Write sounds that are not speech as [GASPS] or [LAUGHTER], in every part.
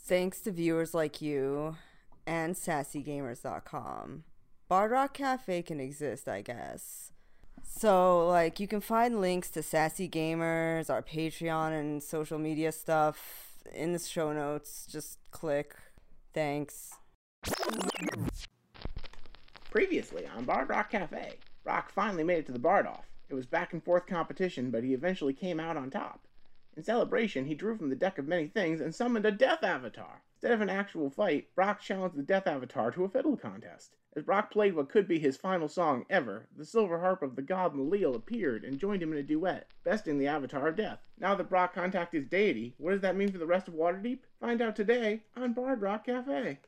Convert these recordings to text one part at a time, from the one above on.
Thanks to viewers like you and sassygamers.com, Bard Rock Cafe can exist, I guess. So, like, you can find links to Sassy Gamers, our Patreon, and social media stuff in the show notes. Just click. Thanks. Previously on Bard Rock Cafe, Rock finally made it to the Bard Off. It was back and forth competition, but he eventually came out on top. In celebration, he drew from the deck of many things and summoned a Death Avatar. Instead of an actual fight, Brock challenged the Death Avatar to a fiddle contest. As Brock played what could be his final song ever, the silver harp of the god Malil appeared and joined him in a duet, besting the Avatar of Death. Now that Brock contacted his deity, what does that mean for the rest of Waterdeep? Find out today on Bard Rock Cafe.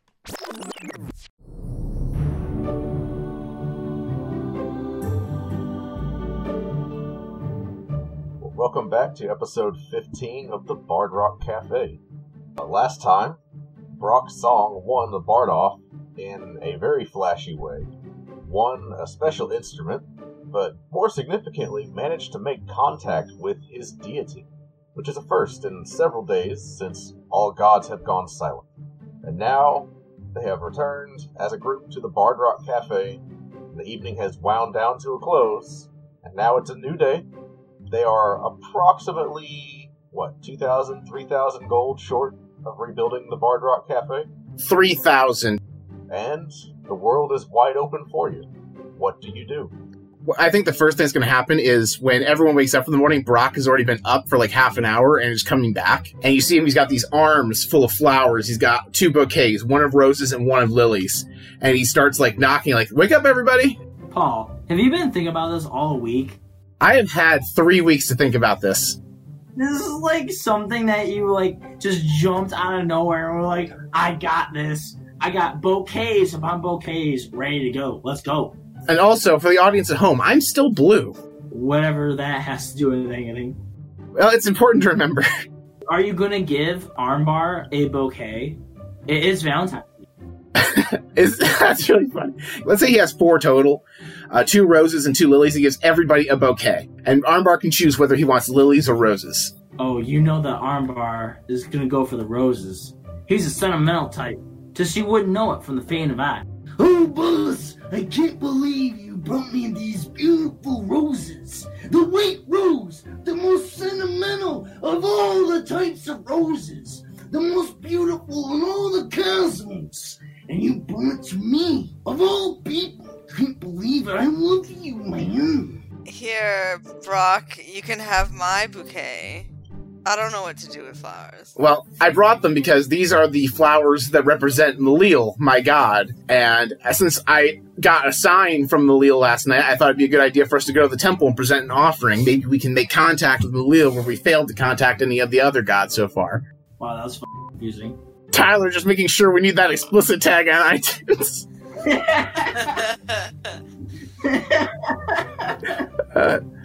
Welcome back to episode 15 of the Bard Rock Cafe. Uh, last time, Brock Song won the Bard off in a very flashy way, won a special instrument, but more significantly, managed to make contact with his deity, which is a first in several days since all gods have gone silent. And now, they have returned as a group to the Bard Rock Cafe. The evening has wound down to a close, and now it's a new day. They are approximately, what, 2,000, 3,000 gold short of rebuilding the Bard Rock Cafe, 3,000. and the world is wide open for you. What do you do? Well, I think the first thing that's going to happen is when everyone wakes up in the morning, Brock has already been up for like half an hour and is coming back. And you see him, he's got these arms full of flowers. He's got two bouquets, one of roses and one of lilies. And he starts like knocking, like, Wake up, everybody! Paul, have you been thinking about this all week? I have had three weeks to think about this. This is like something that you like just jumped out of nowhere and were like, I got this. I got bouquets upon bouquets ready to go. Let's go. And also, for the audience at home, I'm still blue. Whatever that has to do with anything. Well, it's important to remember. [LAUGHS] Are you gonna give Armbar a bouquet? It is Valentine. Is [LAUGHS] that's really funny. Let's say he has four total, uh, two roses and two lilies. He gives everybody a bouquet, and Armbar can choose whether he wants lilies or roses. Oh, you know that Armbar is gonna go for the roses. He's a sentimental type. Just you wouldn't know it from the faint of eye. Oh, boss, I can't believe you brought me these beautiful roses. The white rose, the most sentimental of all the types of roses, the most beautiful in all the cosmos. And you brought it to me, of all people. Can't believe it. I love you, man. Here, Brock, you can have my bouquet. I don't know what to do with flowers. Well, I brought them because these are the flowers that represent Malil, my god. And uh, since I got a sign from Malil last night, I thought it'd be a good idea for us to go to the temple and present an offering. Maybe we can make contact with Malil where we failed to contact any of the other gods so far. Wow, that was f- confusing. Tyler just making sure we need that explicit tag on iTunes. Uh,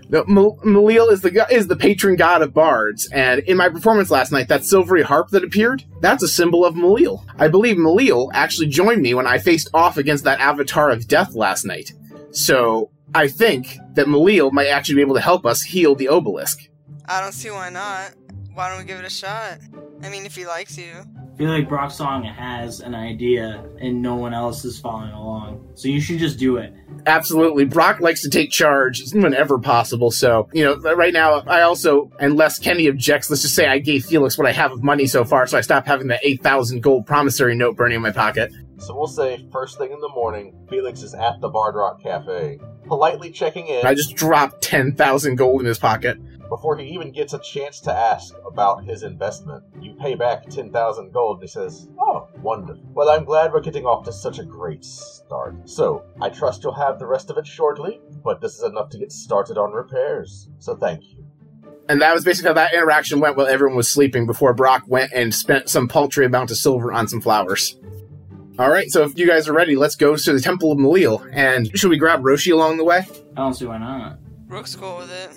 No, Mal- Malil is the go- is the patron god of bards, and in my performance last night, that silvery harp that appeared, that's a symbol of Malil. I believe Malil actually joined me when I faced off against that avatar of death last night. So I think that Malil might actually be able to help us heal the obelisk. I don't see why not. Why don't we give it a shot? I mean, if he likes you. I feel like Brock Song has an idea and no one else is following along. So you should just do it. Absolutely, Brock likes to take charge whenever possible. So you know, right now I also, unless Kenny objects, let's just say I gave Felix what I have of money so far, so I stopped having that eight thousand gold promissory note burning in my pocket. So we'll say first thing in the morning, Felix is at the Bard Rock Cafe, politely checking in I just dropped 10,000 gold in his pocket. before he even gets a chance to ask about his investment. You pay back 10,000 gold, and he says, Oh, wonderful. Well, I'm glad we're getting off to such a great start. So, I trust you'll have the rest of it shortly, but this is enough to get started on repairs. So, thank you. And that was basically how that interaction went while everyone was sleeping before Brock went and spent some paltry amount of silver on some flowers. All right, so if you guys are ready, let's go to the Temple of Malil. And should we grab Roshi along the way? I don't see why not. Rook's cool with it.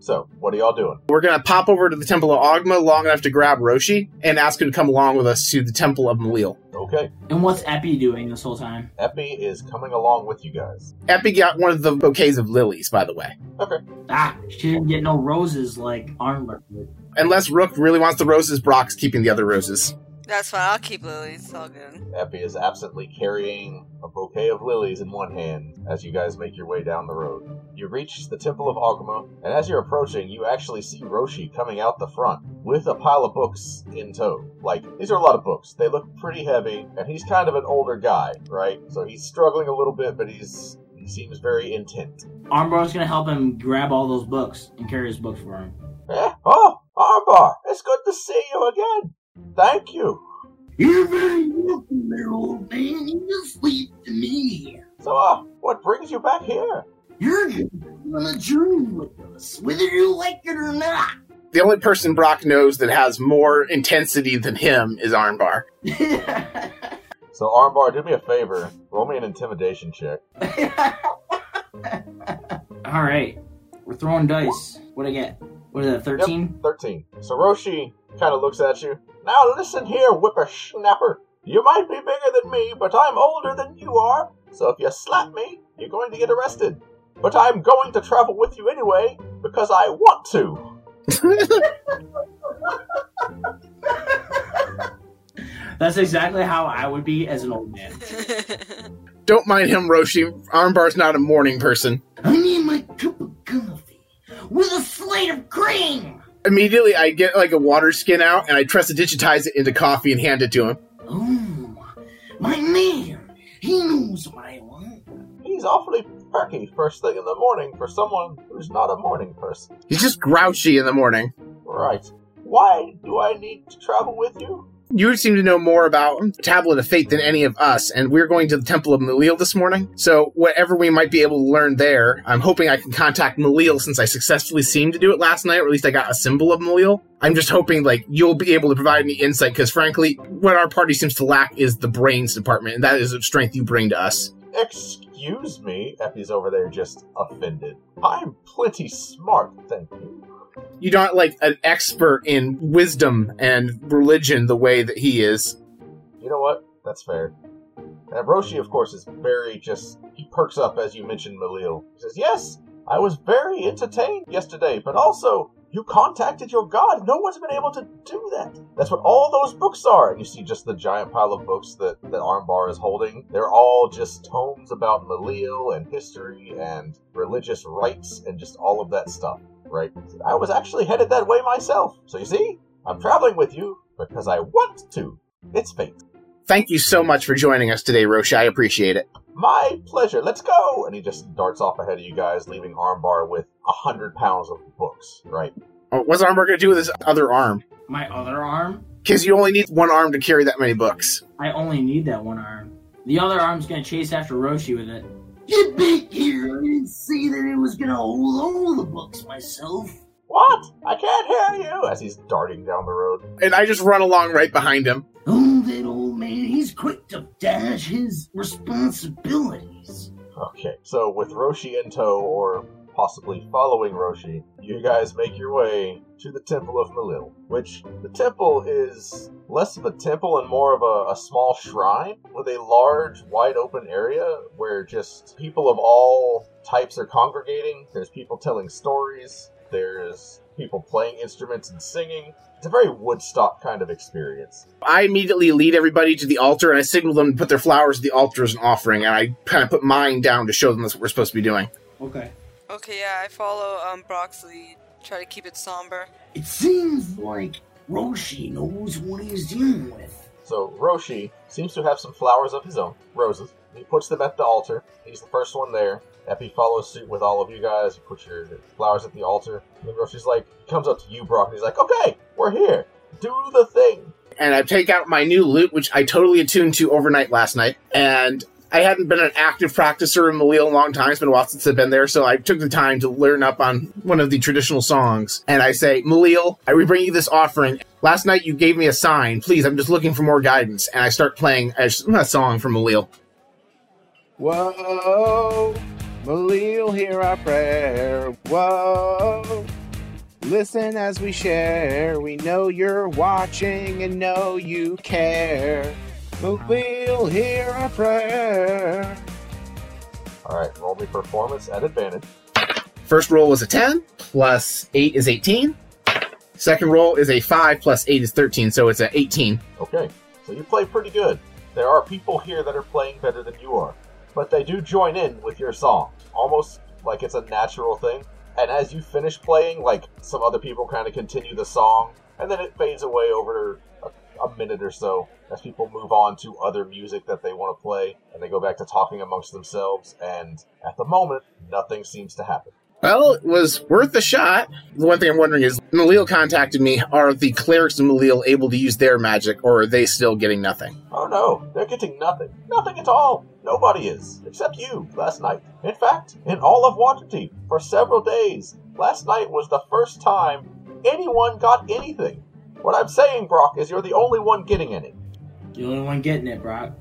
So, what are y'all doing? We're going to pop over to the Temple of Ogma long enough to grab Roshi and ask him to come along with us to the Temple of Malil. Okay, And what's Epi doing this whole time? Epi is coming along with you guys. Epi got one of the bouquets of lilies, by the way. Ah, she didn't get no roses like Armbar. did. Unless Rook really wants the roses, Brock's keeping the other roses. That's fine. I'll keep Lily. It's all good. Eppy is absently carrying a bouquet of lilies in one hand as you guys make your way down the road. You reach the Temple of Agama, and as you're approaching, you actually see Roshi coming out the front with a pile of books in tow. Like, these are a lot of books. They look pretty heavy, and he's kind of an older guy, right? So he's struggling a little bit, but he's he seems very intent. Armbar's gonna help him grab all those books and carry his books for him. Eh? Oh, Armbar, it's good to see you again. Thank you. You're very welcome there, old man. You just leave to me. So, uh, what brings you back here? You're on a journey with us, whether you like it or not. The only person Brock knows that has more intensity than him is Armbar. [LAUGHS] So, Armbar, do me a favor. Roll me an intimidation check. [LAUGHS] all right, we're throwing dice. What I get? What is that? Thirteen. 13. So Roshi kind of looks at you. Now listen here, whippersnapper. You might be bigger than me, but I'm older than you are. So if you slap me, you're going to get arrested. But I'm going to travel with you anyway because I want to. That's exactly how I would be as an old man. Don't mind him, Roshi. Armbar's not a morning person. I need my cup of coffee with a slate of cream. Immediately, I get like a water skin out and I press to digitize it into coffee and hand it to him. Oh, my man, he knows what I want. He's awfully perky first thing in the morning for someone who's not a morning person. He's just grouchy in the morning. Right. Why do I need to travel with you? You seem to know more about Tablet of Fate than any of us, and we're going to the Temple of Malil this morning. So, whatever we might be able to learn there, I'm hoping I can contact Malil since I successfully seemed to do it last night, or at least I got a symbol of Malil. I'm just hoping, like, you'll be able to provide me insight, because frankly, what our party seems to lack is the brains department, and that is a strength you bring to us. Excuse me, Effie's over there just offended. I'm plenty smart, thank you. You're not, like, an expert in wisdom and religion the way that he is. You know what? That's fair. And Roshi, of course, is very just. He perks up as you mentioned Malil. He says, Yes, I was very entertained yesterday, but also, you contacted your god. No one's been able to do that. That's what all those books are. And you see just the giant pile of books that, that Armbar is holding. They're all just tomes about Malil and history and religious rites and just all of that stuff, right? I was actually headed that way myself. So you see, I'm traveling with you because I want to. It's fate. Thank you so much for joining us today, Roshi. I appreciate it. My pleasure. Let's go. And he just darts off ahead of you guys, leaving Armbar with a hundred pounds of books. Right? Oh, What's Armbar going to do with his other arm? My other arm? Because you only need one arm to carry that many books. I only need that one arm. The other arm's gonna chase after Roshi with it. Get back here! I didn't see that it was gonna hold all the books myself. What? I can't hear you. As he's darting down the road, And I just run along right behind him. Oh, that old man, he's quick to dash his responsibilities. Okay. So with Roshi in tow, or possibly following Roshi, you guys make your way to the Temple of Malil, which the temple is less of a temple and more of a, a small shrine with a large, wide open area where just people of all types are congregating. There's people telling stories. There's people playing instruments and singing. It's a very Woodstock kind of experience. I immediately lead everybody to the altar and I signal them to put their flowers at the altar as an offering, and I kind of put mine down to show them that's what we're supposed to be doing. Okay. okay, yeah, I follow um Brock's lead. Try to keep it somber. It seems like Roshi knows what he's dealing with. So Roshi seems to have some flowers of his own, roses. He puts them at the altar. He's the first one there. Epi follows suit with all of you guys. You put your flowers at the altar. And then Roshi's like, he comes up to you, Brock, and he's like, okay, we're here. Do the thing. And I take out my new lute, which I totally attuned to overnight last night, and I hadn't been an active practicer in Malil in a long time. It's been a while since I've been there, so I took the time to learn up on one of the traditional songs. And I say, Malil, I we bring you this offering. Last night you gave me a sign. Please, I'm just looking for more guidance. And I start playing a, a song from Malil. Whoa, Malil, hear our prayer. Whoa, listen as we share. We know you're watching and know you care. Malil, hear our prayer. All right, roll me performance at advantage. First roll was a 10, plus 8 is 18. Second roll is a 5 plus 8 is 13, so it's an 18. Okay, so you play pretty good. There are people here that are playing better than you are, but they do join in with your song, almost like it's a natural thing. And as you finish playing, like some other people kind of continue the song, and then it fades away over a, a minute or so as people move on to other music that they want to play, and they go back to talking amongst themselves. And at the moment, nothing seems to happen. Well, it was worth a shot. The one thing I'm wondering is Malil contacted me. Are the clerics of Malil able to use their magic, or are they still getting nothing? Oh no, they're getting nothing. Nothing at all. Nobody is, except you, last night. In fact, in all of Waterdeep, for several days, last night was the first time anyone got anything. What I'm saying, Brock, is you're the only one getting any. The only one getting it, Brock.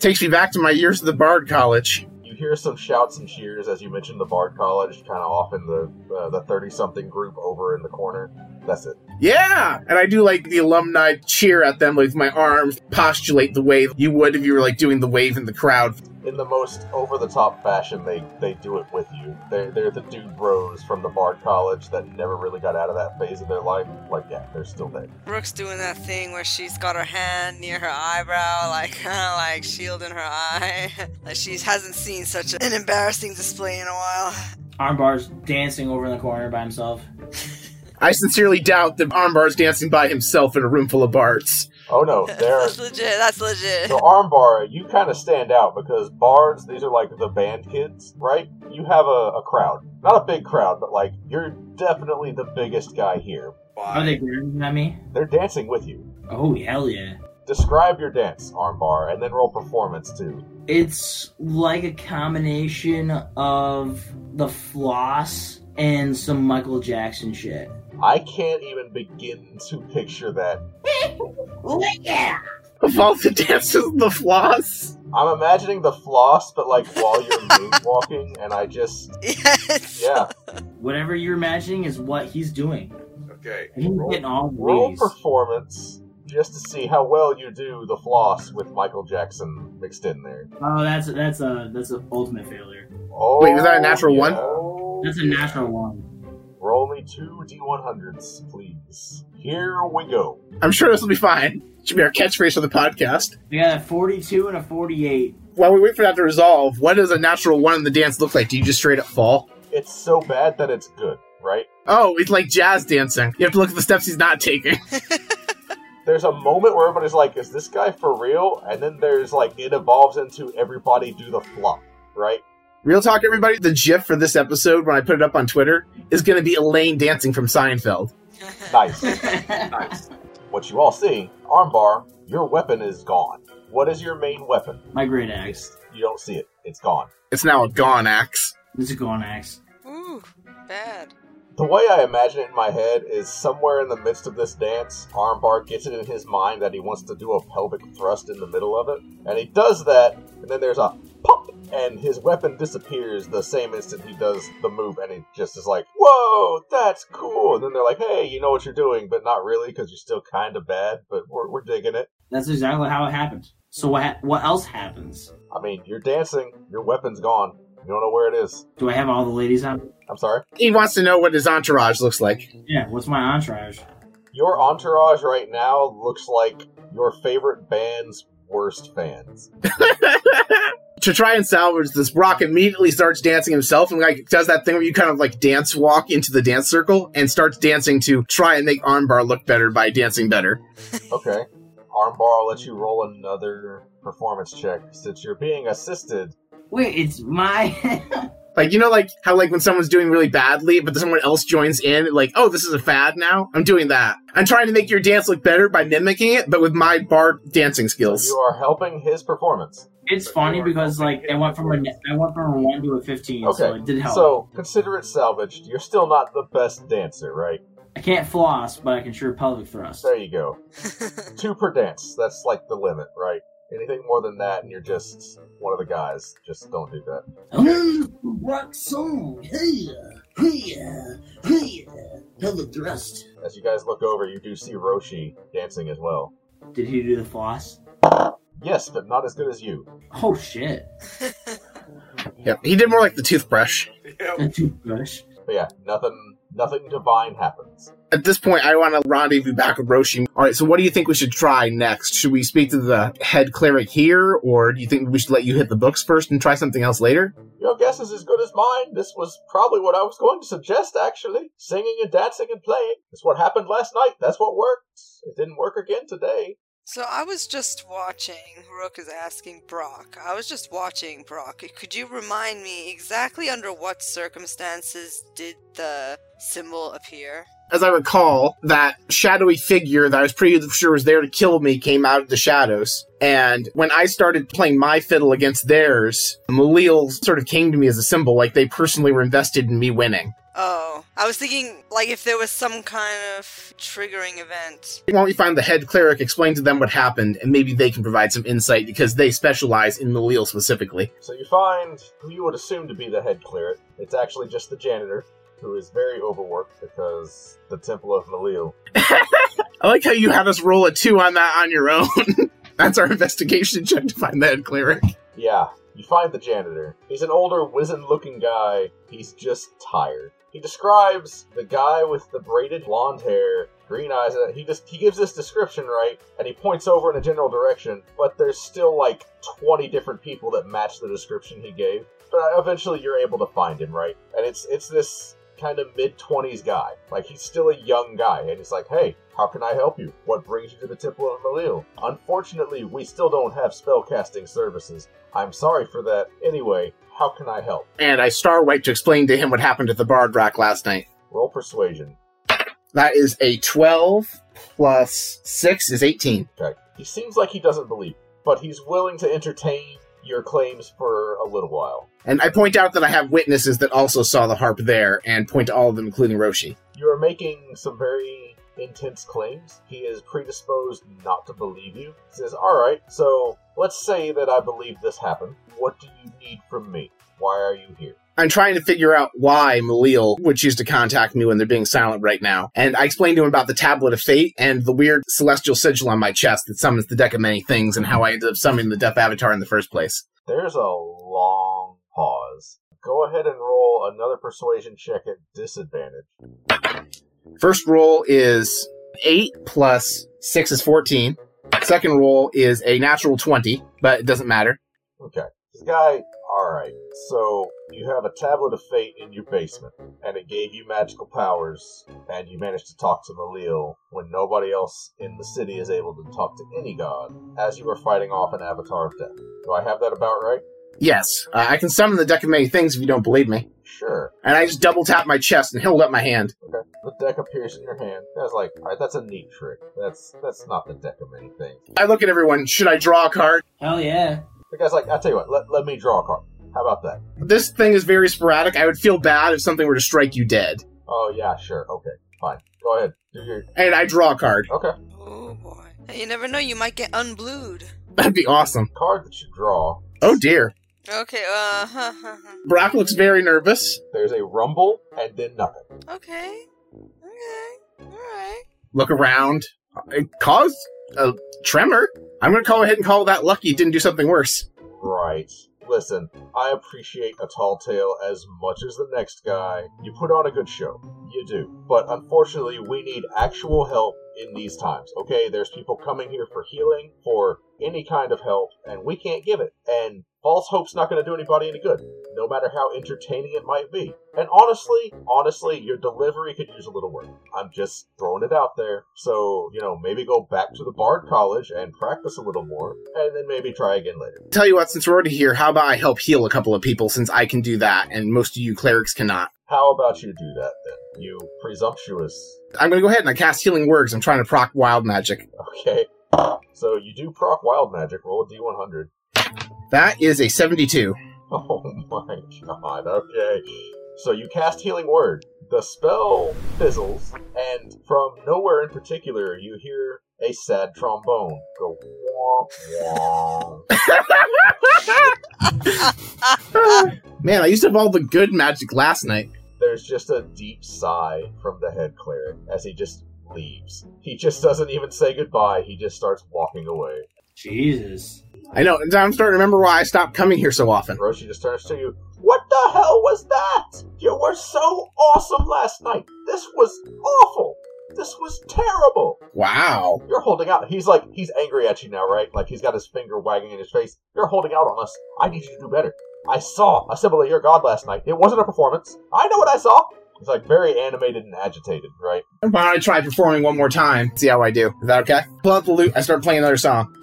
Takes me back to my years at the Bard College. You hear some shouts and cheers as you mention the Bard College, kind of off in the uh, the thirty something group over in the corner. That's it. Yeah! And I do like the alumni cheer at them with my arms, postulate the wave you would if you were like doing the wave in the crowd. In the most over the top fashion, they they do it with you. They're they're the dude bros from the Bard College that never really got out of that phase of their life. Like yeah, they're still there. Brooke's doing that thing where she's got her hand near her eyebrow, [LAUGHS] like kind of like shielding her eye. [LAUGHS] like she hasn't seen such an embarrassing display in a while. [LAUGHS] Armbar's dancing over in the corner by himself. I sincerely doubt that Armbar's dancing by himself in a room full of bards. Oh no, they're that's legit. That's legit. So armbar, you kind of stand out because bards, these are like the band kids, right? You have a, a crowd, not a big crowd, but like you're definitely the biggest guy here. Are they glaring at me? They're dancing with you. Oh hell yeah! Describe your dance, armbar, and then roll performance too. It's like a combination of the floss and some Michael Jackson shit. I can't even begin to picture that. Of all the dances, the floss. I'm imagining the floss, but like while [LAUGHS] you're moonwalking, and I just [LAUGHS] Yes. yeah. Whatever you're imagining is what he's doing. Okay. And he's getting all Roll these. performance just to see how well you do the floss with Michael Jackson mixed in there. Oh, that's that's a that's an ultimate failure. Oh, Wait, was that a natural one? one? That's a natural one. Oh, Roll me two d100s, please. Here we go. I'm sure this will be fine. Should be our catchphrase for the podcast. I got a 42 and a 48. While we wait for that to resolve, what does a natural one in the dance look like? Do you just straight up fall? It's so bad that it's good, right? Oh, it's like jazz dancing. You have to look at the steps he's not taking. [LAUGHS] There's a moment where everybody's like, "Is this guy for real?" And then there's like, it evolves into everybody do the flop, right? Real talk, everybody. The GIF for this episode, when I put it up on Twitter, is going to be Elaine dancing from Seinfeld. [LAUGHS] Nice. nice. What you all see, armbar, your weapon is gone. What is your main weapon? My great axe. You don't see it. It's gone. It's now a gone axe. This is going axe. Ooh, bad. The way I imagine it in my head is somewhere in the midst of this dance, Armbar gets it in his mind that he wants to do a pelvic thrust in the middle of it, and he does that, and then there's a pop, and his weapon disappears the same instant he does the move, and he just is like, "Whoa, that's cool!" And then they're like, "Hey, you know what you're doing, but not really, because you're still kind of bad, but we're, we're digging it." That's exactly how it happened. So what ha- what else happens? I mean, you're dancing, your weapon's gone, you don't know where it is. Do I have all the ladies on? I'm sorry. He wants to know what his entourage looks like. Yeah, what's my entourage? Your entourage right now looks like your favorite band's worst fans. to try and salvage this, Brock immediately starts dancing himself and like does that thing where you kind of like dance walk into the dance circle and starts dancing to try and make Armbar look better by dancing better. Okay. Armbar I'll let you roll another performance check since you're being assisted. Wait, it's my. [LAUGHS] Like you know, like how like when someone's doing really badly, but then someone else joins in, like, oh, this is a fad now. I'm doing that. I'm trying to make your dance look better by mimicking it, but with my bar dancing skills. You are helping his performance. it's funny because like I went from a ne- I went from a one to a fifteen, so Okay. it did help. So consider it salvaged. You're still not the best dancer, right? I can't floss, but I can sure pelvic thrust. There you go. Two per dance. That's like the limit, right? Anything more than that, and you're just one of the guys. Just don't do that. Oh, [GASPS] rock song, hey, hey, hey, pelvic thrust. As you guys look over, you do see Roshi dancing as well. Did he do the floss? Yes, but not as good as you. Oh shit! Yep. He did more like the toothbrush. [LAUGHS] A toothbrush. But yeah, nothing Nothing divine happens. At this point, I want to rendezvous back with Roshi. All right, so what do you think we should try next? Should we speak to the head cleric here, or do you think we should let you hit the books first and try something else later? Your guess is as good as mine. This was probably what I was going to suggest, actually. Singing and dancing and playing. It's what happened last night. That's what worked. It didn't work again today. So I was just watching. Rook is asking Brock. I was just watching Brock. Could you remind me exactly under what circumstances did the symbol appear? As I recall, that shadowy figure that I was pretty sure was there to kill me came out of the shadows. And when I started playing my fiddle against theirs, Malil sort of came to me as a symbol, like they personally were invested in me winning. Oh, I was thinking like if there was some kind of triggering event. Why don't we find the head cleric, explain to them what happened, and maybe they can provide some insight because they specialize in Malil specifically. So you find who you would assume to be the head cleric. It's actually just the janitor, who is very overworked because the Temple of Malil. I like how you had us roll a two on that on your own. [LAUGHS] That's our investigation check to find the head cleric. Yeah, you find the janitor. He's an older, wizened looking guy. He's just tired. He describes the guy with the braided blonde hair, green eyes, and he just he gives this description right, and he points over in a general direction, but there's still like twenty different people that match the description he gave. But eventually you're able to find him, right? And it's it's this kind of mid twenties guy. Like he's still a young guy, and he's like, Hey, how can I help you? What brings you to the Temple of Malil? Unfortunately, we still don't have spellcasting services. I'm sorry for that. Anyway, how can I help? And I star wipe to explain to him what happened at the Bard Rock last night. Roll persuasion. That is a 12 plus 6 is 18. Okay. He seems like he doesn't believe, but he's willing to entertain your claims for a little while. And I point out that I have witnesses that also saw the harp there and point to all of them, including Roshi. You are making some very intense claims. He is predisposed not to believe you. He says, All right, so let's say that I believe this happened. What do you need from me? Why are you here? I'm trying to figure out why Malil would choose to contact me when they're being silent right now. And I explained to him about the Tablet of Fate and the weird celestial sigil on my chest that summons the deck of many things and how I ended up summoning the Death Avatar in the first place. There's a long pause. Go ahead and roll another persuasion check at disadvantage. First roll is 8 plus 6 is 14. Second roll is a natural 20, but it doesn't matter. Okay. This guy, alright. So, you have a tablet of fate in your basement, and it gave you magical powers, and you managed to talk to Malil when nobody else in the city is able to talk to any god, as you were fighting off an avatar of death. Do I have that about right? Yes, uh, I can summon the deck of many things if you don't believe me. Sure. And I just double tap my chest and held up my hand. Okay. The deck appears in your hand. That's like, alright, that's a neat trick. That's that's not the deck of many things. I look at everyone. Should I draw a card? Hell yeah. The guy's like, I'll tell you what, let, let me draw a card. How about that? This thing is very sporadic. I would feel bad if something were to strike you dead. Oh yeah, sure, okay, fine. Go ahead. Do your And I draw a card. [LAUGHS] Okay. Oh boy. Hey, You never know, you might get unblued. That'd be awesome. Card that you draw, Oh dear. Okay, uh, huh, huh, huh. Brock looks very nervous. there's a rumble and then nothing. okay. Okay. Alright. Look around. It caused a tremor. I'm going to go ahead and call that lucky. It didn't do something worse. Right. Listen, I appreciate a tall tale as much as the next guy. You put on a good show. You do. But unfortunately, we need actual help in these times, okay? There's people coming here for healing, for any kind of help, and we can't give it. And false hope's not going to do anybody any good, no matter how entertaining it might be. And honestly, honestly, your delivery could use a little work. I'm just throwing it out there. So, you know, maybe go back to the Bard College and practice a little more, and then maybe try again later. Tell you what, since we're already here, how about I help heal a couple of people since I can do that and most of you clerics cannot? How about you do that then? You presumptuous. I'm going to go ahead and I cast healing words. I'm trying to proc wild magic. Okay. So you do proc wild magic, roll a d100. That is a 72. [LAUGHS] Oh my god, okay. So you cast Healing Word. The spell fizzles, and from nowhere in particular, you hear a sad trombone go womp womp. [LAUGHS] Man, I used to have all the good magic last night. There's just a deep sigh from the head cleric as he just leaves. He just doesn't even say goodbye, he just starts walking away. Jesus. I know. and I'm starting to remember why I stopped coming here so often. Roshi just turns to you. What the hell was that? You were so awesome last night. This was awful. This was terrible. Wow. You're holding out. He's like, he's angry at you now, right? Like he's got his finger wagging in his face. You're holding out on us. I need you to do better. I saw a symbol of your god last night. It wasn't a performance. I know what I saw. He's like very animated and agitated, right? Why don't I try performing one more time? See how I do. Is that okay? Pull out the lute. I start playing another song.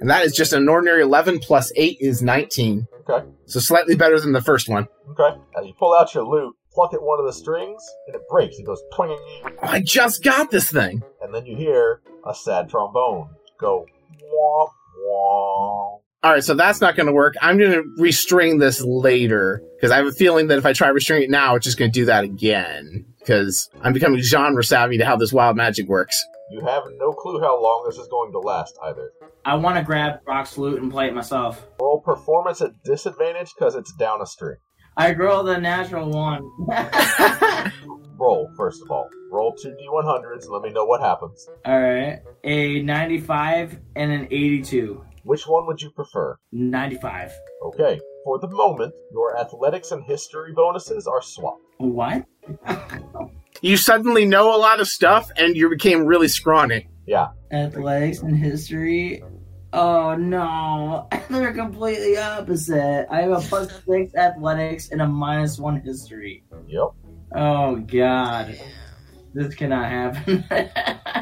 And that is just an ordinary 11 plus 8 is 19. Okay. So slightly better than the first one. Okay. Now you pull out your lute, pluck at one of the strings, and it breaks. It goes twinging, Oh, I just got this thing. and then you hear a sad trombone go wah wah. All right, so that's not going to work. I'm going to restring this later because I have a feeling that if I try restraining it now, it's just going to do that again because I'm becoming genre savvy to how this wild magic works. You have no clue how long this is going to last either. I want to grab Brock's loot and play it myself. Roll performance at disadvantage because it's down a string. I grow the natural one. [LAUGHS] Roll first of all. Roll two d100s and let me know what happens. All right. A 95 and an 82. Which one would you prefer? 95. Okay. For the moment, your athletics and history bonuses are swapped. What? You suddenly know a lot of stuff and you became really scrawny. Yeah. Athletics and history. Oh no, [LAUGHS] they're completely opposite. I have a plus six athletics and a minus one history. Yep. Oh god, this cannot happen. [LAUGHS]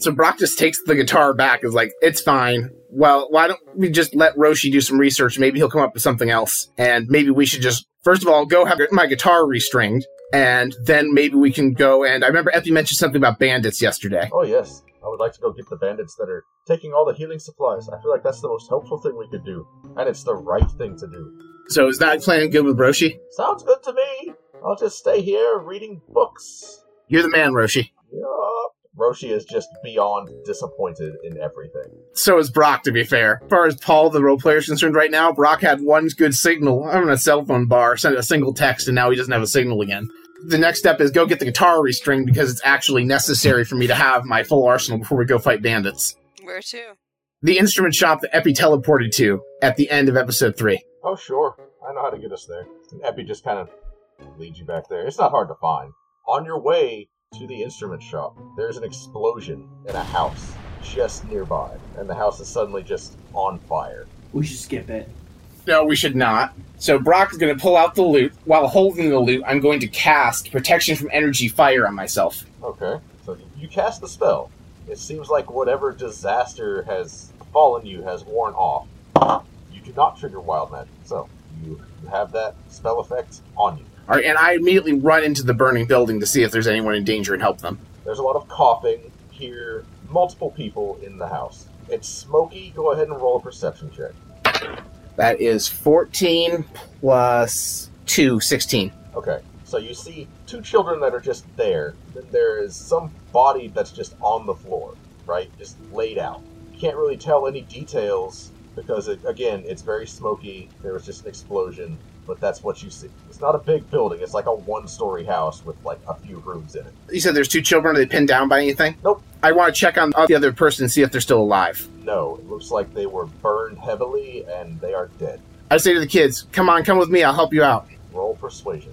So Brock just takes the guitar back. Is like, it's fine. Well, why don't we just let Roshi do some research? Maybe he'll come up with something else. And maybe we should just, first of all, go have my guitar restringed. And then maybe we can go and I remember Effie mentioned something about bandits yesterday. Oh yes. I would like to go get the bandits that are taking all the healing supplies. I feel like that's the most helpful thing we could do, and it's the right thing to do. So is that plan good with Roshi? Sounds good to me. I'll just stay here reading books. You're the man, Roshi. Yup. Roshi is just beyond disappointed in everything. So is Brock, to be fair. As far as Paul, the role player, is concerned right now, Brock had one good signal. I'm in a cell phone bar, sent a single text, and now he doesn't have a signal again. The next step is go get the guitar restringed because it's actually necessary for me to have my full arsenal before we go fight bandits. Where to? The instrument shop that Epi teleported to at the end of episode three. Oh sure, I know how to get us there. And Epi just kind of leads you back there. It's not hard to find. On your way to the instrument shop, there's an explosion in a house just nearby, and the house is suddenly just on fire. we should skip it. No, we should not. So Brock is going to pull out the loot. While holding the loot, I'm going to cast protection from energy fire on myself. Okay. So you cast the spell. It seems like whatever disaster has fallen you has worn off. You do not trigger wild magic, so you you have that spell effect on you. All right, and I immediately run into the burning building to see if there's anyone in danger and help them. There's a lot of coughing here, multiple people in the house. It's smoky. Go ahead and roll a perception check. That is 14 plus 2, 16. Okay. So you see two children that are just there. Then there is some body that's just on the floor, right? Just laid out. You can't really tell any details because, it, again, it's very smoky. There was just an explosion, but that's what you see. It's not a big building. It's like a one-story house with like a few rooms in it. You said there's two children. Are they pinned down by anything? Nope. I want to check on the other person and see if they're still alive. No, it looks like they were burned heavily and they are dead. I say to the kids, come on, come with me. I'll help you out. Roll persuasion.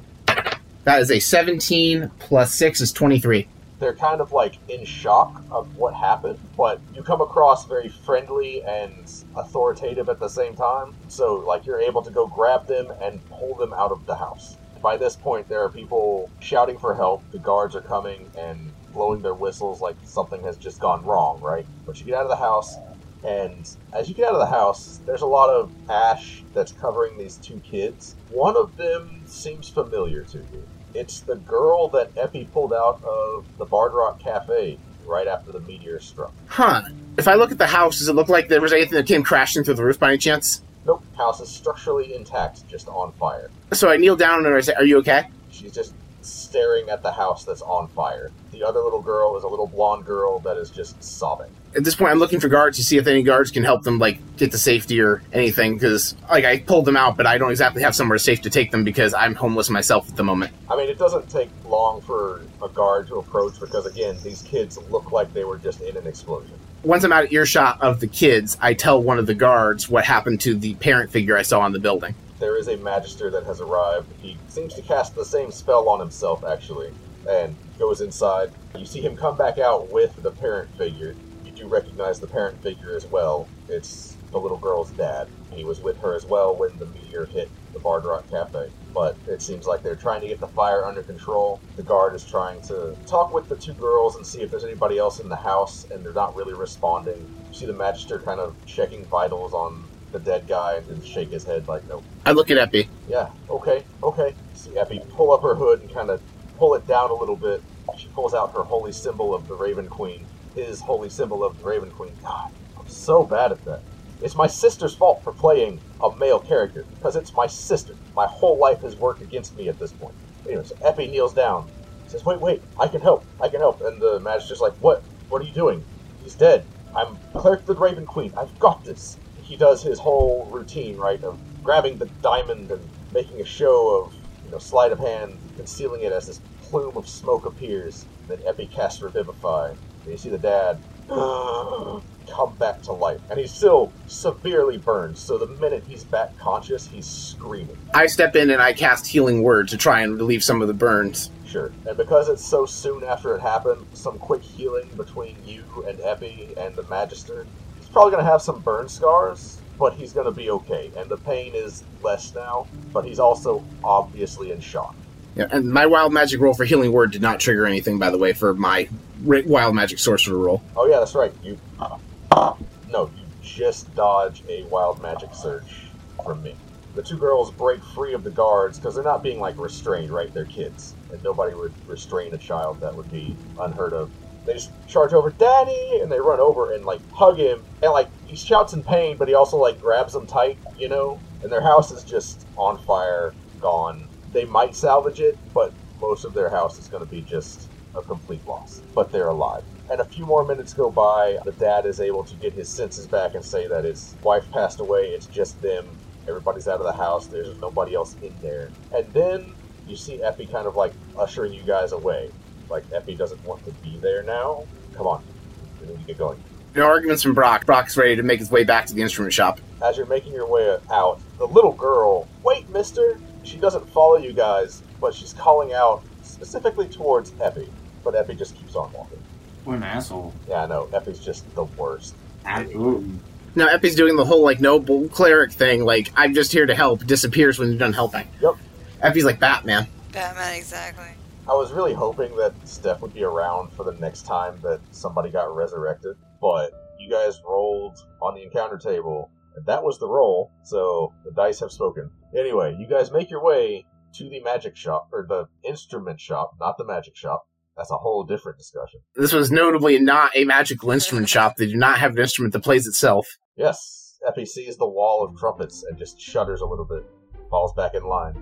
That is a 17 plus 6 is 23. they're kind of like in shock of what happened, but you come across very friendly and authoritative at the same time. So, like, you're able to go grab them and pull them out of the house. By this point, there are people shouting for help, the guards are coming and blowing their whistles like something has just gone wrong, right? But you get out of the house, and as you get out of the house, there's a lot of ash that's covering these two kids. One of them seems familiar to you. It's the girl that Epi pulled out of the Bard Rock Cafe right after the meteor struck. Huh. If I look at the house, does it look like there was anything that came crashing through the roof by any chance? Nope, house is structurally intact, just on fire. So I kneel down and I say, are you okay? She's just staring at the house that's on fire. The other little girl is a little blonde girl that is just sobbing. at this point, I'm looking for guards to see if any guards can help them, like get to safety or anything. Because like I pulled them out, but I don't exactly have somewhere safe to take them because I'm homeless myself at the moment. I mean, it doesn't take long for a guard to approach because, again, these kids look like they were just in an explosion. Once I'm out of earshot of the kids, I tell one of the guards what happened to the parent figure I saw on the building. there is a magister that has arrived. He seems to cast the same spell on himself, actually, and goes inside. You see him come back out with the parent figure. You do recognize the parent figure as well. It's the little girl's dad. He was with her as well when the meteor hit the Bard Rock Cafe. But it seems like they're trying to get the fire under control. The guard is trying to talk with the two girls and see if there's anybody else in the house, and they're not really responding. You see the magister kind of checking vitals on the dead guy and then shake his head like, nope. I look at Epi. Yeah, okay, okay. See Epi pull up her hood and kind of pull it down a little bit. She pulls out her holy symbol of the Raven Queen. His holy symbol of the Raven Queen. God, I'm so bad at that. It's my sister's fault for playing a male character because it's my sister. My whole life has worked against me at this point. Anyway, so Epi kneels down. Says, "Wait, wait, I can help. I can help." And the magister's like, "What? What are you doing? He's dead. I'm cleric of the Raven Queen. I've got this." He does his whole routine, right, of grabbing the diamond and making a show of, you know, sleight of hand, concealing it as this plume of smoke appears. Then Epi casts Revivify. And you see the dad [GASPS] come back to life, and he's still severely burned. So the minute he's back conscious, he's screaming. I step in and I cast Healing Word to try and relieve some of the burns. Sure. And because it's so soon after it happened, some quick healing between you and Epi and the Magister. He's probably going to have some burn scars, but he's going to be okay. And the pain is less now, but he's also obviously in shock. Yeah, and my wild magic roll for Healing Word did not trigger anything, by the way, for my ra- wild magic sorcerer roll. Oh, yeah, that's right. You. No, you just dodge a wild magic search from me. The two girls break free of the guards because they're not being like restrained, right? They're kids, and nobody would restrain a child. That would be unheard of. They just charge over, Daddy, and they run over and like hug him, and like he shouts in pain, but he also like grabs them tight, you know. And their house is just on fire, gone. They might salvage it, but most of their house is going to be just a complete loss. But they're alive. And a few more minutes go by. The dad is able to get his senses back and say that his wife passed away. It's just them. Everybody's out of the house. There's nobody else in there. And then you see Epi kind of like ushering you guys away. Like Epi doesn't want to be there now. Come on, we need to get going. No arguments from Brock. Brock's ready to make his way back to the instrument shop. As you're making your way out, the little girl, wait, mister, she doesn't follow you guys, but she's calling out specifically towards Epi. But Epi just keeps on walking. What an asshole. Yeah, I know. Epi's just the worst. Absolutely. Now Epi's doing the whole like noble cleric thing, like I'm just here to help. Disappears when you're done helping. Yep. Epi's like Batman. Batman, exactly. I was really hoping that Steph would be around for the next time that somebody got resurrected, but you guys rolled on the encounter table, and that was the roll, so the dice have spoken. Anyway, you guys make your way to the magic shop, or the instrument shop, not the magic shop. That's a whole different discussion. This was notably not a magical instrument shop. They do not have an instrument that plays itself. Yes, Epi sees the wall of trumpets and just shudders a little bit, falls back in line.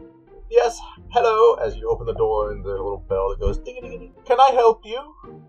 Yes, hello, as you open the door and the little bell that goes ding ding ding. Can I help you?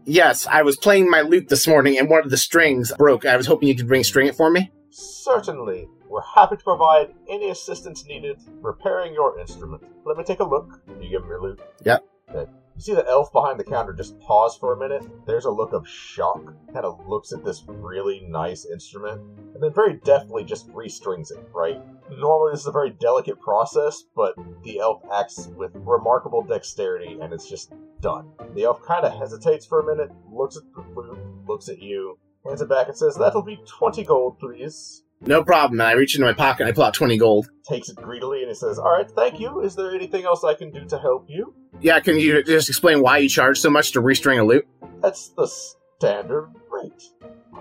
Yes, I was playing my lute this morning and one of the strings broke. I was hoping you could bring string it for me. Certainly. We're happy to provide any assistance needed repairing your instrument. Let me take a look. You give him your loot. Yep. Okay. You see the elf behind the counter just pause for a minute. There's a look of shock. Kind of looks at this really nice instrument and then very deftly just restrings it, right? Normally, this is a very delicate process, but the elf acts with remarkable dexterity and it's just done. The elf kind of hesitates for a minute, looks at the loot, looks at you, hands it back and says, That'll be 20 gold, please. No problem. And I reach into my pocket and I pull out twenty gold. Takes it greedily and he says, All right, thank you. Is there anything else I can do to help you? Yeah, can you just explain why you charge so much to restring a lute? That's the standard rate.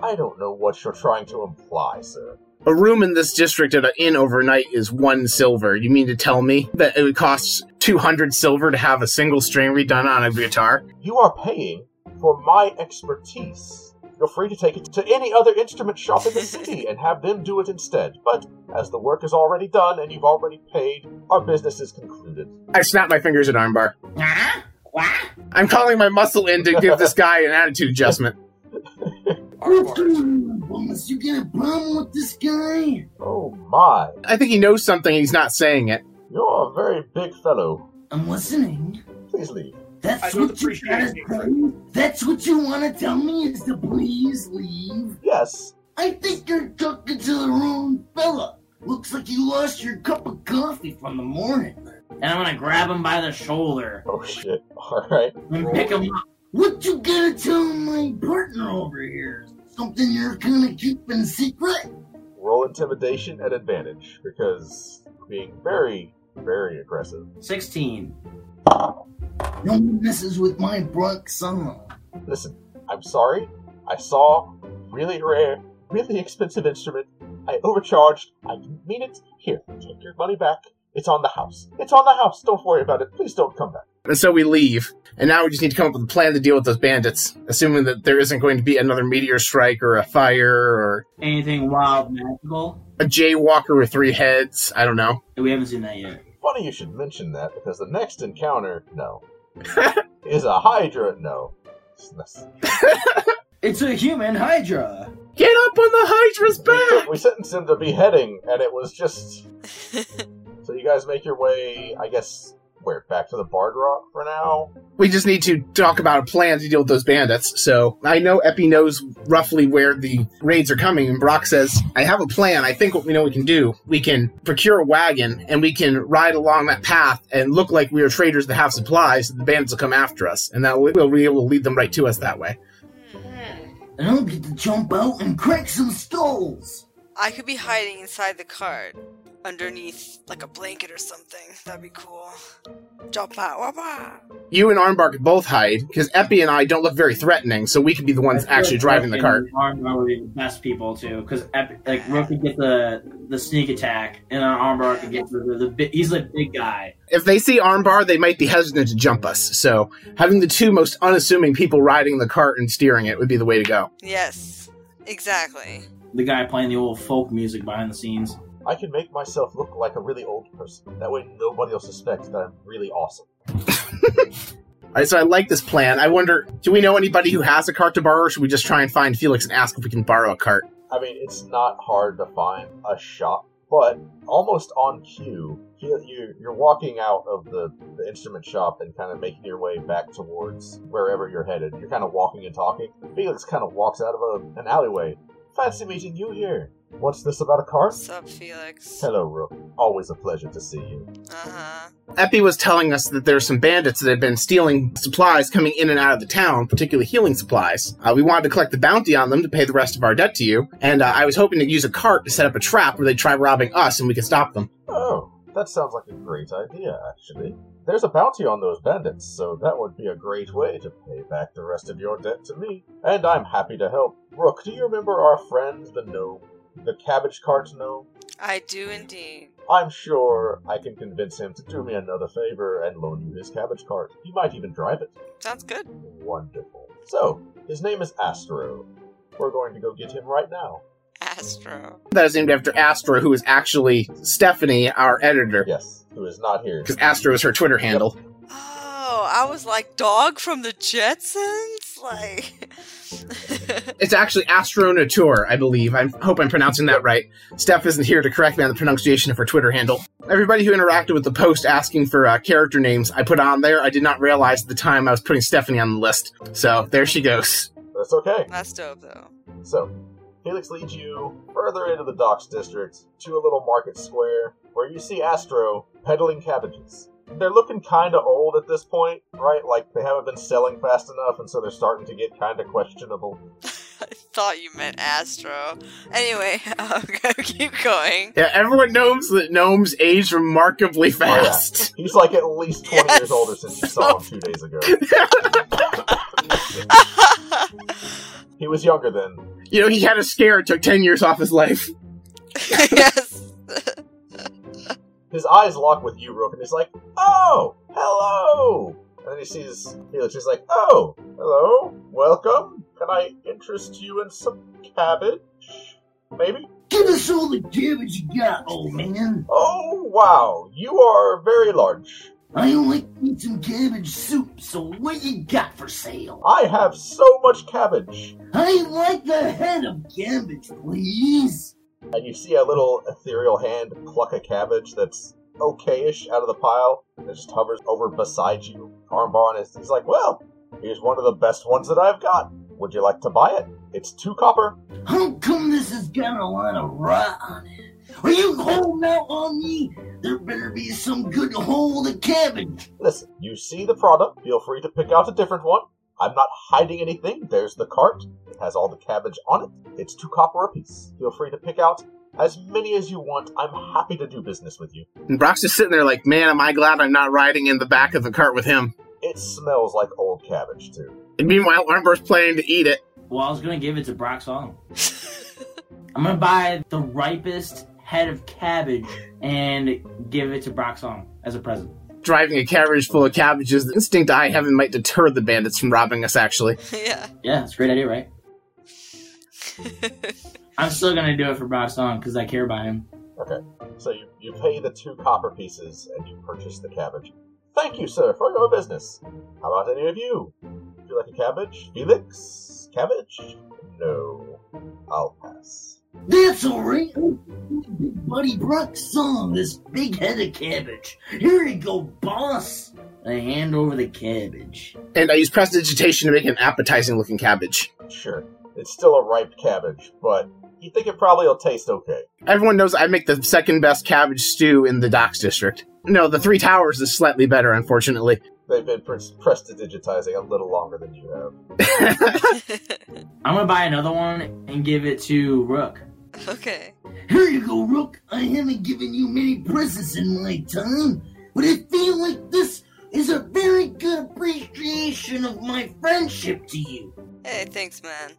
I don't know what you're trying to imply, sir. A room in this district at an inn overnight is one silver. You mean to tell me that it would cost two hundred silver to have a single string redone on a guitar? You are paying for my expertise. You're free to take it to any other instrument shop in the city and have them do it instead. But as the work is already done and you've already paid, our business is concluded. I snap my fingers at armbar. Huh? What? I'm calling my muscle in to give this guy an attitude adjustment. Armbar. Bones, you got a problem with this guy? Oh my, I think he knows something. He's not saying it. you're a very big fellow. I'm listening. Please leave. That's I don't what you appreciate gotta it, say? That's what you wanna tell me is to please leave? Yes, I think you're talking to the wrong fella. Looks like you lost your cup of coffee from the morning. And I'm gonna grab him by the shoulder Oh shit. [LAUGHS] Alright. and Roll. pick him up. What you gonna tell my partner over here? Something you're gonna keep in secret? Roll intimidation at advantage because we're being very, very aggressive. 16. No one messes with my Brock song. Listen, I'm sorry. I saw really rare, really expensive instrument. I overcharged. I didn't mean it. Here, take your money back. It's on the house. It's on the house. Don't worry about it. Please don't come back. And so we leave. And now we just need to come up with a plan to deal with those bandits, assuming that there isn't going to be another meteor strike or a fire or Anything wild, magical? a jaywalker with three heads. I don't know. We haven't seen that yet. Funny you should mention that because the next encounter, no, is a Hydra. No, That's- It's a human Hydra! Get up on the Hydra's we, back! we sentenced him to beheading, and it was just. so you guys make your way, I guess, where back to the Bard Rock for now. We just need to talk about a plan to deal with those bandits. So I know Epi knows roughly where the raids are coming, and Brock says, I have a plan. I think what we know we can do. We can procure a wagon and we can ride along that path and look like we are traders that have supplies, and the bandits will come after us, and that we- we'll be able to lead them right to us that way. And I'll get to jump out and crack some skulls! I could be hiding inside the cart, underneath like a blanket or something. That'd be cool. Jump out, wapa! You and Armbar could both hide, because Epi and I don't look very threatening, so we could be the ones actually driving the cart. Armbar would be the best people too, because like Rook could get the the sneak attack, and then Armbar could get the, the, the big, he's the big guy. if they see armbar, they might be hesitant to jump us. So having the two most unassuming people riding the cart and steering it would be the way to go. Yes, exactly. The guy playing the old folk music behind the scenes. I can make myself look like a really old person. That way, nobody will suspect that I'm really awesome. All right, so I like this plan. I wonder, do we know anybody who has a cart to borrow, or should we just try and find Felix and ask if we can borrow a cart? I mean, it's not hard to find a shop, but almost on cue, you- you- you're walking out of the, the instrument shop and kind of making your way back towards wherever you're headed. You're kind of walking and talking. Felix kind of walks out of a, an alleyway. Fancy meeting you here. What's this about a cart? What's up, Felix? Uh-huh. Uh Hello, Rook. Always a pleasure to see you. huh. Epi was telling us that there are some bandits that have been stealing supplies coming in and out of the town, particularly healing supplies. Uh, we wanted to collect the bounty on them to pay the rest of our debt to you, and uh, I was hoping to use a cart to set up a trap where they try robbing us and we can stop them. Oh, that sounds like a great idea, actually. There's a bounty on those bandits, so that would be a great way to pay back the rest of your debt to me. And I'm happy to help. Rook, do you remember our friend, the gnome? The cabbage cart gnome? I do indeed. I'm sure I can convince him to do me another favor and loan you his cabbage cart. He might even drive it. Sounds good. Wonderful. So, his name is Astro. We're going to go get him right now. Astro. That is named after Astra, who is actually Stephanie, our editor. Yes, who is not here. because Astro is her Twitter handle. Oh, I was like dog from the Jetsons. [LAUGHS] Like, It's actually Astro Natur, I believe. I hope I'm pronouncing that right. Steph isn't here to correct me on the pronunciation of her Twitter handle. Everybody who interacted with the post asking for uh, character names I put on there, I did not realize at the time I was putting Stephanie on the list. So there she goes. That's okay. that's dope though. So, Felix leads you further into the docks district to a little market square where you see Astro peddling cabbages. They're looking kind of old at this point, right? Like they haven't been selling fast enough, and so they're starting to get kind of questionable. I thought you meant Astro. Anyway, [LAUGHS] I'm gonna keep going. [LAUGHS] Yeah, everyone knows that gnomes age remarkably fast. He's like at least 20 Yes. years older since you saw him two days ago. He was younger then. You know, he had a scare, it took 10 years off his life. yes. His eyes lock with you, Rook, and he's like, Oh, hello! And then he sees Felix. He's like, Oh, hello, welcome. Can I interest you in some cabbage? Maybe? Give us all the cabbage you got, old man. Oh, wow, you are very large. I only eat some cabbage soup, so what you got for sale? I have so much cabbage. I like the head of cabbage, please. And you see a little ethereal hand pluck a cabbage that's okayish out of the pile that just hovers over beside you. Armbar on his, he's like, Well, here's one of the best ones that I've got. Would you like to buy it? It's two copper. How come this has got a lot of rot on it? Are you holding out on me? There better be some good hole to cabbage. Listen, you see the product, feel free to pick out a different one. I'm not hiding anything. There's the cart. It has all the cabbage on it. It's two copper apiece. Feel free to pick out as many as you want. I'm happy to do business with you. And Brock's just sitting there like, man, am I glad I'm not riding in the back of the cart with him. It smells like old cabbage, too. And meanwhile, Armbar's planning to eat it. Well, I was gonna give it to Brock Song. I'm gonna buy the ripest head of cabbage and give it to Brock Song as a present. Driving a carriage full of cabbages, the instinct I have in might deter the bandits from robbing us, actually. yeah. [LAUGHS] Yeah, it's a great idea, right? I'm still gonna do it for Brock Song because I care about him. So you, you pay the two copper pieces and you purchase the cabbage. Thank you, sir, for your business. How about any of you? Do you like a cabbage? Felix? Cabbage? No. I'll pass. That's alright. Big buddy Brock Song, this big head of cabbage. Here you go, boss. I hand over the cabbage. And I use prestidigitation to make an appetizing looking cabbage. Sure. It's still a ripe cabbage, but you think it probably will taste okay. Everyone knows I make the second best cabbage stew in the docks district. No, the Three Towers is slightly better, unfortunately. They've been pres- prestidigitizing a little longer than you have. I'm gonna buy another one and give it to Rook. okay. Here you go, Rook. I haven't given you many presents in my time, but I feel like this is a very good appreciation of my friendship to you. Hey, thanks, man.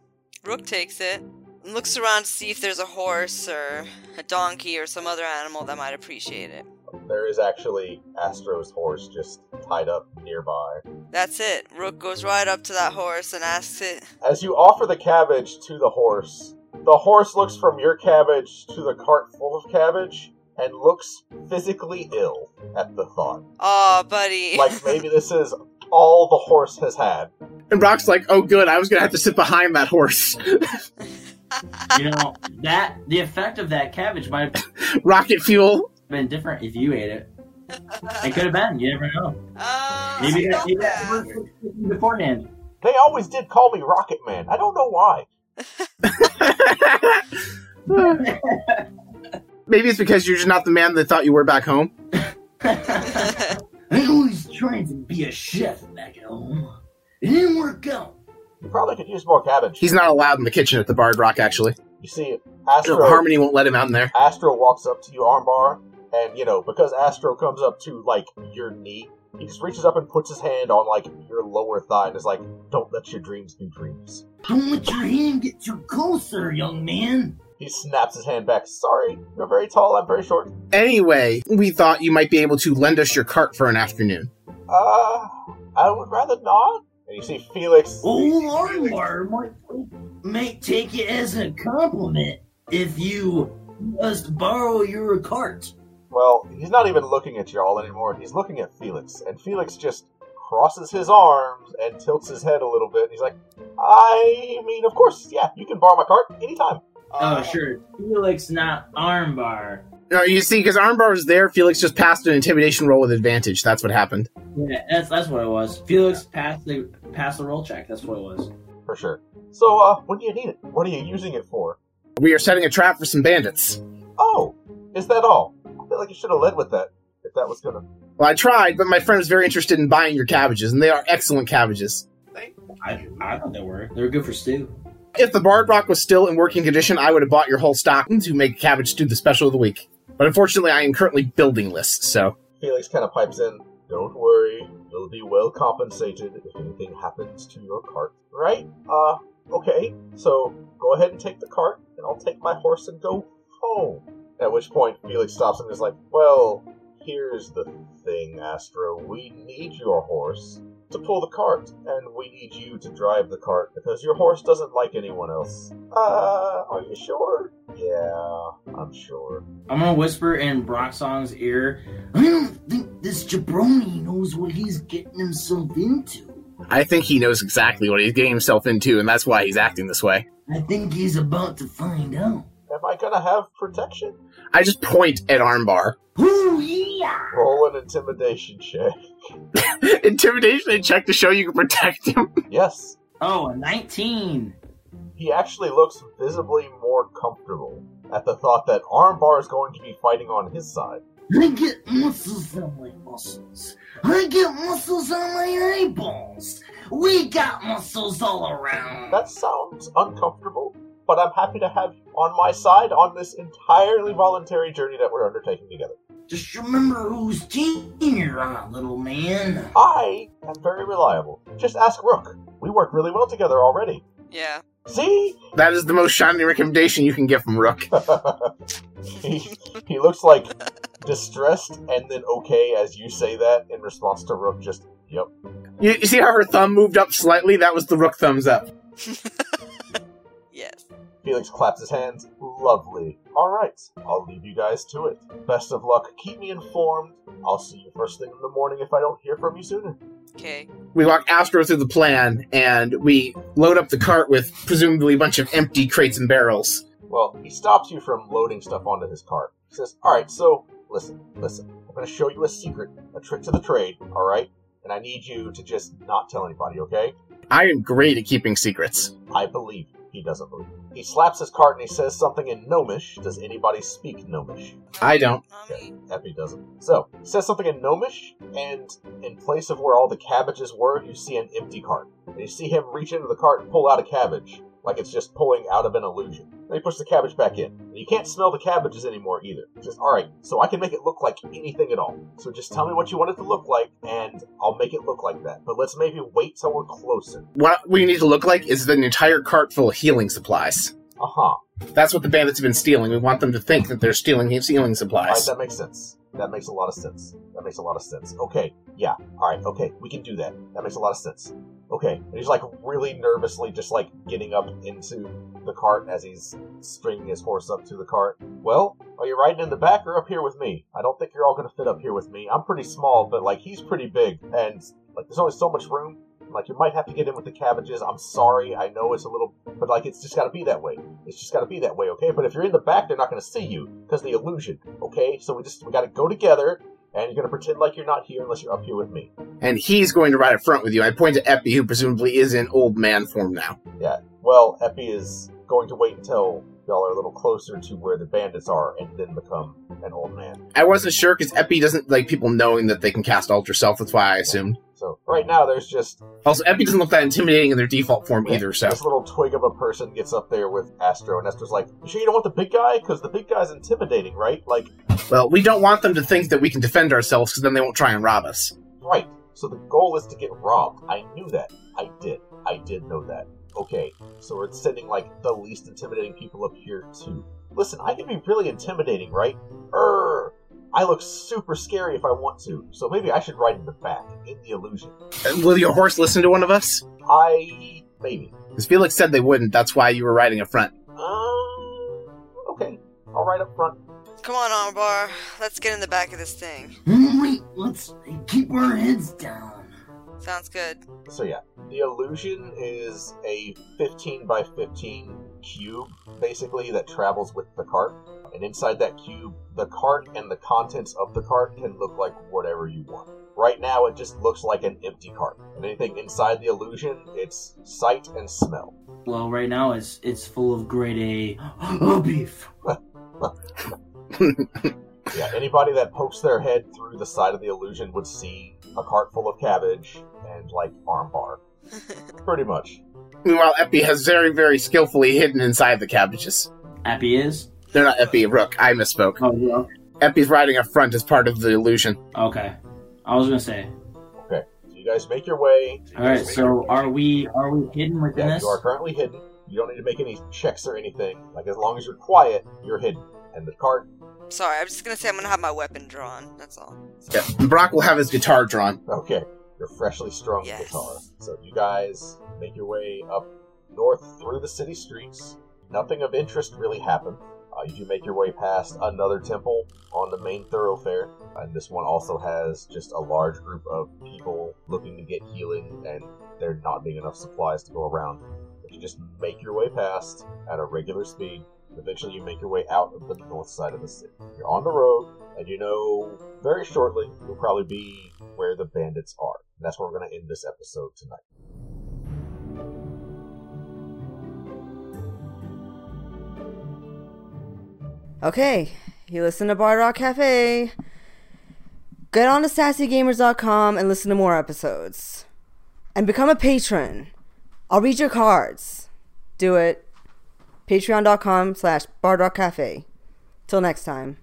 Rook takes it and looks around to see if there's a horse or a donkey or some other animal that might appreciate it. There is actually Astro's horse just tied up nearby. That's it. Rook goes right up to that horse and asks it. As you offer the cabbage to the horse, the horse looks from your cabbage to the cart full of cabbage and looks physically ill at the thought. Aw, buddy. Like maybe this is all the horse has had. And Brock's like, oh, good, I was gonna have to sit behind that horse. [LAUGHS] You know that the effect of that cabbage might have Rocket fuel. been different if you ate it. It could have been. You never know. [LAUGHS] Uh, Maybe I that, felt maybe bad. that was beforehand. They always did call me Rocket Man. I don't know why. Maybe it's because you're just not the man they thought you were back home. I always tried to be a chef back at home. It didn't work out. You probably could use more cabbage. He's not allowed in the kitchen at the Bard Rock, actually. You see, So Astro Harmony won't let him out in there. Astro walks up to you, Armbar, and you know because Astro comes up to like your knee, he just reaches up and puts his hand on like your lower thigh and is like, "Don't let your dreams be dreams." Don't let your hand get too closer, young man. He snaps his hand back. Sorry, you're very tall. I'm very short. Anyway, we thought you might be able to lend us your cart for an afternoon. Uh, I would rather not. And you see Felix. Old Armbar might, might take it as a compliment if you just borrow your cart. Well, he's not even looking at y'all anymore. He's looking at Felix, and Felix just crosses his arms and tilts his head a little bit. He's like, "I mean, of course, yeah, you can borrow my cart anytime." Uh, Oh, sure. Felix, not Armbar. No, you see, because Armbar was there, Felix just passed an intimidation roll with advantage. That's what happened. Yeah, that's that's what it was. Felix passed the passed the roll check. That's what it was. for sure. So, uh, when do you need it? What are you using it for? We are setting a trap for some bandits. Oh, is that all? I feel like you should have led with that if that was gonna. Well, I tried, but my friend was very interested in buying your cabbages, and they are excellent cabbages. I, I thought they were. They were good for stew. If the Bard Rock was still in working condition, I would have bought your whole stock to make cabbage stew the special of the week. But unfortunately, I am currently building lists, so. Felix kind of pipes in. Don't worry, you'll be well compensated if anything happens to your cart, right? Uh, okay. So go ahead and take the cart, and I'll take my horse and go home. At which point, Felix stops and is like, "Well, here's the thing, Astro. We need your horse." to pull the cart, and we need you to drive the cart because your horse doesn't like anyone else. Uh, are you sure? Yeah, I'm sure. I'm gonna whisper in Brock Song's ear. I don't think this jabroni knows what he's getting himself into. I think he knows exactly what he's getting himself into, and that's why he's acting this way. I think he's about to find out. Am I gonna have protection? I just point at Armbar. [LAUGHS] Ooh yeah! Roll an intimidation check. Intimidation and check to show you can protect him. [LAUGHS] Yes. Oh, a 19. He actually looks visibly more comfortable at the thought that Armbar is going to be fighting on his side. I get muscles on my muscles. I get muscles on my eyeballs. We got muscles all around. That sounds uncomfortable, but I'm happy to have you on my side on this entirely voluntary journey that we're undertaking together. Just remember whose team you're on, little man. I am very reliable. Just ask Rook. We work really well together already. Yeah. [LAUGHS] [LAUGHS] See? That is the most shiny recommendation you can get from Rook. he, he looks like distressed and then okay as you say that in response to Rook just, yep. You, you see how her thumb moved up slightly? That was the Rook thumbs up. yes. Felix claps his hands. Lovely. All right, I'll leave you guys to it. Best of luck. Keep me informed. I'll see you first thing in the morning if I don't hear from you sooner. Okay. We walk Astro through the plan and we load up the cart with presumably a bunch of empty crates and barrels. Well, he stops you from loading stuff onto his cart. He says, All right, so listen, listen. I'm going to show you a secret, a trick to the trade, all right? And I need you to just not tell anybody, okay? I am great at keeping secrets. I believe you." he doesn't believe. you. He slaps his cart and he says something in Gnomish. Does anybody speak Gnomish? I don't. Mommy. Epi doesn't. So, he says something in Gnomish, and in place of where all the cabbages were, you see an empty cart. And you see him reach into the cart and pull out a cabbage, like it's just pulling out of an illusion. Then he puts the cabbage back in. And you can't smell the cabbages anymore either. He says, alright, so I can make it look like anything at all. So just tell me what you want it to look like, and I'll make it look like that. But let's maybe wait till we're closer. What we need to look like is an entire cart full of healing supplies. Uh huh. That's what the bandits have been stealing. We want them to think that they're stealing healing All right, supplies. that makes sense. That makes a lot of sense. That makes a lot of sense. Okay, yeah. All right, okay, we can do that. That makes a lot of sense. Okay, and he's like really nervously, just like getting up into the cart as he's stringing his horse up to the cart. Well, are you riding in the back or up here with me? I don't think you're all gonna fit up here with me. I'm pretty small, but like he's pretty big, and like there's only so much room. Like you might have to get in with the cabbages. I'm sorry, I know it's a little, but like it's just gotta be that way. It's just got to be that way, okay? But if you're in the back, they're not going to see you because the illusion, okay? So we just we got to go together, and you're going to pretend like you're not here unless you're up here with me. And he's going to ride up front with you. I point to Epi, who presumably is in old man form now. Well, Epi is going to wait until y'all are a little closer to where the bandits are, and then become an old man. I wasn't sure because Epi doesn't like people knowing that they can cast Alter Self. That's why I assumed. So right now, there's just Also, Epi doesn't look that intimidating in their default form either. So This little twig of a person gets up there with Astro, and Astro's like, "You sure you don't want the big guy? Because the big guy's intimidating, right? Like, Well, we don't want them to think that we can defend ourselves because then they won't try and rob us. Right. So the goal is to get robbed. I knew that. I did. I did know that. Okay. So we're sending like the least intimidating people up here too. Listen, I can be really intimidating, right? Err. I look super scary if I want to. So maybe I should ride in the back in the illusion. Uh, Will your horse listen to one of us? I maybe. Because Felix said they wouldn't. That's why you were riding up front. Um. Okay. I'll ride up front. Come on, Armbar. Let's get in the back of this thing. Hmm, Wait, let's keep our heads down. Sounds good. So yeah, the illusion is a 15 by 15 cube, basically that travels with the cart. And inside that cube, the cart and the contents of the cart can look like whatever you want. Right now, it just looks like an empty cart. And anything inside the illusion, it's sight and smell. Well, right now it's it's full of grade A [GASPS] Oh, beef. Yeah, anybody that pokes their head through the side of the illusion would see a cart full of cabbage and like armbar, pretty much. Meanwhile, Epi has very, very skillfully hidden inside the cabbages. Happy is? They're not Epi, Rook. I misspoke. Oh, yeah. Epi's riding up front as part of the illusion. Okay. I was gonna say. Okay, so you guys make your way. All right. So are we are we hidden within Yeah, this? you are currently hidden. You don't need to make any checks or anything. Like as long as you're quiet, you're hidden. And the cart, Sorry, I'm just gonna say I'm gonna have my weapon drawn. That's all. Yeah. And Brock will have his guitar drawn. okay, your freshly strung Yes. guitar. So you guys make your way up north through the city streets. Nothing of interest really happened. Uh, you do make your way past another temple on the main thoroughfare, and this one also has just a large group of people looking to get healing, and there not being enough supplies to go around. But you just make your way past at a regular speed. Eventually, you make your way out of the north side of the city. You're on the road, and you know very shortly you'll probably be where the bandits are. And that's where we're going to end this episode tonight. Okay, you listen to Bard Rock Cafe. Get on to sassygamers.com and listen to more episodes. And become a patron. I'll read your cards. Do it. Patreon.com slash Bard Rock Cafe. Till next time.